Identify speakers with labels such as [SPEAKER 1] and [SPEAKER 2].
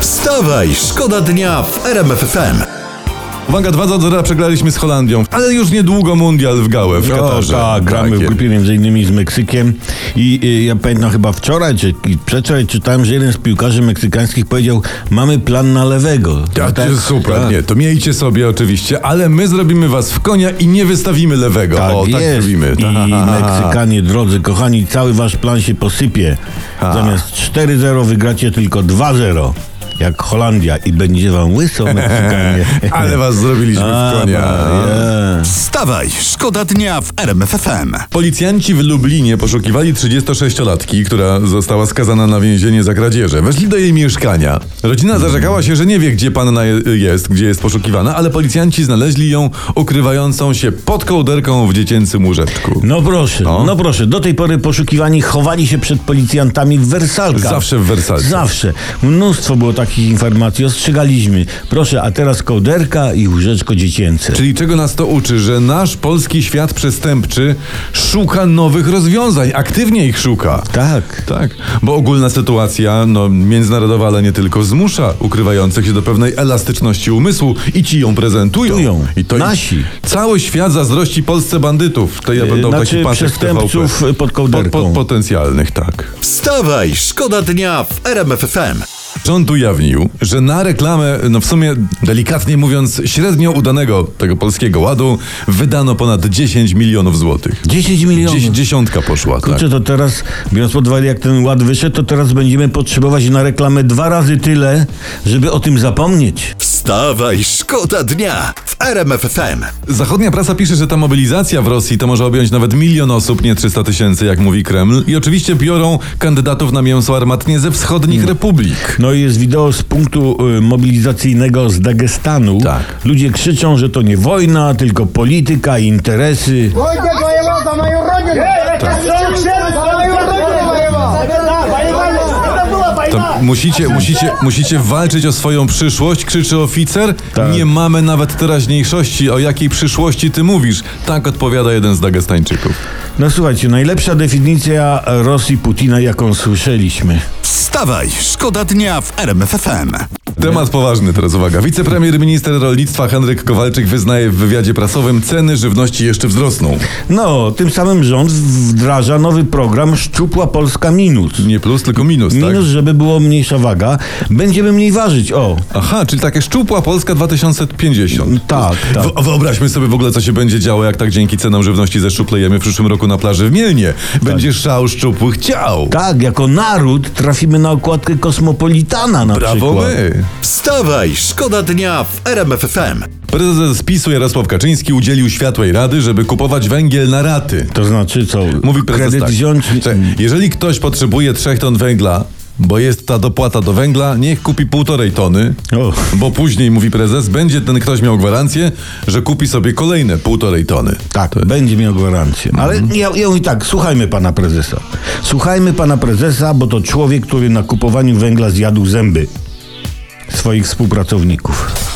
[SPEAKER 1] Wstawaj, szkoda dnia w RMF FM.
[SPEAKER 2] Uwaga, 2 do 0 przegraliśmy z Holandią, ale już niedługo mundial w Gałę w Katarze.
[SPEAKER 3] tak, gramy w
[SPEAKER 2] Brakiem.
[SPEAKER 3] grupie między innymi z Meksykiem i y, ja pamiętam chyba wczoraj czy i przedwczoraj czytałem, że jeden z piłkarzy meksykańskich powiedział mamy plan na lewego.
[SPEAKER 2] Ja,
[SPEAKER 3] No
[SPEAKER 2] tak, super,
[SPEAKER 3] tak.
[SPEAKER 2] nie, to miejcie sobie oczywiście, ale my zrobimy was w konia i nie wystawimy lewego.
[SPEAKER 3] Tak,
[SPEAKER 2] o, tak
[SPEAKER 3] jest.
[SPEAKER 2] zrobimy.
[SPEAKER 3] I
[SPEAKER 2] Ta.
[SPEAKER 3] Meksykanie, drodzy kochani, cały wasz plan się posypie. Zamiast 4-0 wygracie tylko 2-0. Jak Holandia i będzie wam łyso Meksykanie.
[SPEAKER 2] Ale was zrobiliśmy w konia.
[SPEAKER 3] Yeah.
[SPEAKER 1] Wstawaj, szkoda dnia w RMF FM.
[SPEAKER 2] Policjanci w Lublinie poszukiwali 36-latki, która została skazana na więzienie za kradzieże. Weszli do jej mieszkania. Rodzina zarzekała się, że nie wie, gdzie panna je- jest, gdzie jest poszukiwana, ale policjanci znaleźli ją ukrywającą się pod kołderką w dziecięcym łóżeczku.
[SPEAKER 3] No proszę,
[SPEAKER 2] No.
[SPEAKER 3] no. proszę. Do tej pory poszukiwani chowali się przed policjantami w wersalkach.
[SPEAKER 2] Zawsze w wersalce.
[SPEAKER 3] Zawsze. Mnóstwo było takich informacji. Ostrzegaliśmy. Proszę, a teraz kołderka i łóżeczko dziecięce.
[SPEAKER 2] Czyli czego nas to uczy, że nasz polski świat przestępczy szuka nowych rozwiązań, aktywnie ich szuka.
[SPEAKER 3] Tak.
[SPEAKER 2] Tak, bo ogólna sytuacja, no międzynarodowa, ale nie tylko, zmusza ukrywających się do pewnej elastyczności umysłu i ci ją prezentują.
[SPEAKER 3] Tują.
[SPEAKER 2] I to
[SPEAKER 3] Nasi.
[SPEAKER 2] Cały świat zazdrości Polsce bandytów. To ja będą
[SPEAKER 3] znaczy
[SPEAKER 2] taki pasek
[SPEAKER 3] przestępców yy,
[SPEAKER 2] TVP.
[SPEAKER 3] pod kołderką.
[SPEAKER 2] Po, po, potencjalnych, tak.
[SPEAKER 1] Wstawaj, szkoda dnia w RMF FM.
[SPEAKER 2] Rząd ujawnił, że na reklamę, no w sumie delikatnie mówiąc, średnio udanego tego polskiego ładu wydano ponad 10 milionów złotych.
[SPEAKER 3] 10 milionów.
[SPEAKER 2] Dziesię- dziesiątka poszła, tak.
[SPEAKER 3] Kurczę, to teraz, biorąc pod uwagę, jak ten ład wyszedł, to teraz będziemy potrzebować na reklamę dwa razy tyle, żeby o tym zapomnieć.
[SPEAKER 1] Wstawaj, szkoda dnia w RMF FM.
[SPEAKER 2] Zachodnia prasa pisze, że ta mobilizacja w Rosji to może objąć nawet milion osób, nie 300 tysięcy, jak mówi Kreml. I oczywiście biorą kandydatów na mięso armatnie ze wschodnich
[SPEAKER 1] Hmm.
[SPEAKER 2] republik.
[SPEAKER 3] No i jest wideo z punktu y, mobilizacyjnego z Dagestanu.
[SPEAKER 2] Tak.
[SPEAKER 3] Ludzie krzyczą, że to nie wojna, tylko polityka i interesy.
[SPEAKER 4] Войдет воевал за мою родину! Эй, это сорок шесть за мою родину воевал! Воевали! Это была
[SPEAKER 2] To
[SPEAKER 4] война!
[SPEAKER 2] musicie, musicie, musicie walczyć o swoją przyszłość, krzyczy oficer.
[SPEAKER 3] Tak.
[SPEAKER 2] Nie mamy nawet teraźniejszości. O jakiej przyszłości ty mówisz? Tak odpowiada jeden z Dagestańczyków.
[SPEAKER 3] No słuchajcie, najlepsza definicja Rosji Putina, jaką słyszeliśmy.
[SPEAKER 1] Wstawaj, szkoda dnia w RMF FM.
[SPEAKER 2] Temat poważny teraz, uwaga. Wicepremier minister rolnictwa Henryk Kowalczyk wyznaje w wywiadzie prasowym, ceny żywności jeszcze wzrosną.
[SPEAKER 3] No, tym samym rząd wdraża nowy program Szczupła Polska Minus.
[SPEAKER 2] Nie plus, tylko minus, tak?
[SPEAKER 3] Minus, żeby było mniejsza waga, będziemy mniej ważyć. O,
[SPEAKER 2] Aha, czyli takie szczupła Polska 2050.
[SPEAKER 3] tak, tak.
[SPEAKER 2] W- Wyobraźmy sobie w ogóle, co się będzie działo, jak tak dzięki cenom żywności zeszczuplejemy w przyszłym roku na plaży w Mielnie. Będzie szał szczupłych ciał.
[SPEAKER 3] Tak, jako naród trafimy na okładkę kosmopolitana na
[SPEAKER 2] Brawo
[SPEAKER 3] przykład.
[SPEAKER 2] my.
[SPEAKER 1] Wstawaj, szkoda dnia w RMF FM.
[SPEAKER 2] Prezes PiSu Jarosław Kaczyński udzielił światłej rady, żeby kupować węgiel na raty.
[SPEAKER 3] To znaczy co?
[SPEAKER 2] Mówi prezes
[SPEAKER 3] kredyt
[SPEAKER 2] tak.
[SPEAKER 3] wziąć.
[SPEAKER 2] Czekaj, Jeżeli ktoś potrzebuje 3 ton węgla, bo jest ta dopłata do węgla, niech kupi półtorej tony,
[SPEAKER 3] O.
[SPEAKER 2] bo później, mówi prezes, będzie ten ktoś miał gwarancję, że kupi sobie kolejne półtorej tony.
[SPEAKER 3] Tak, będzie miał gwarancję. no. Ale ja, ja mówię tak, słuchajmy pana prezesa. Słuchajmy pana prezesa, bo to człowiek, który na kupowaniu węgla zjadł zęby swoich współpracowników.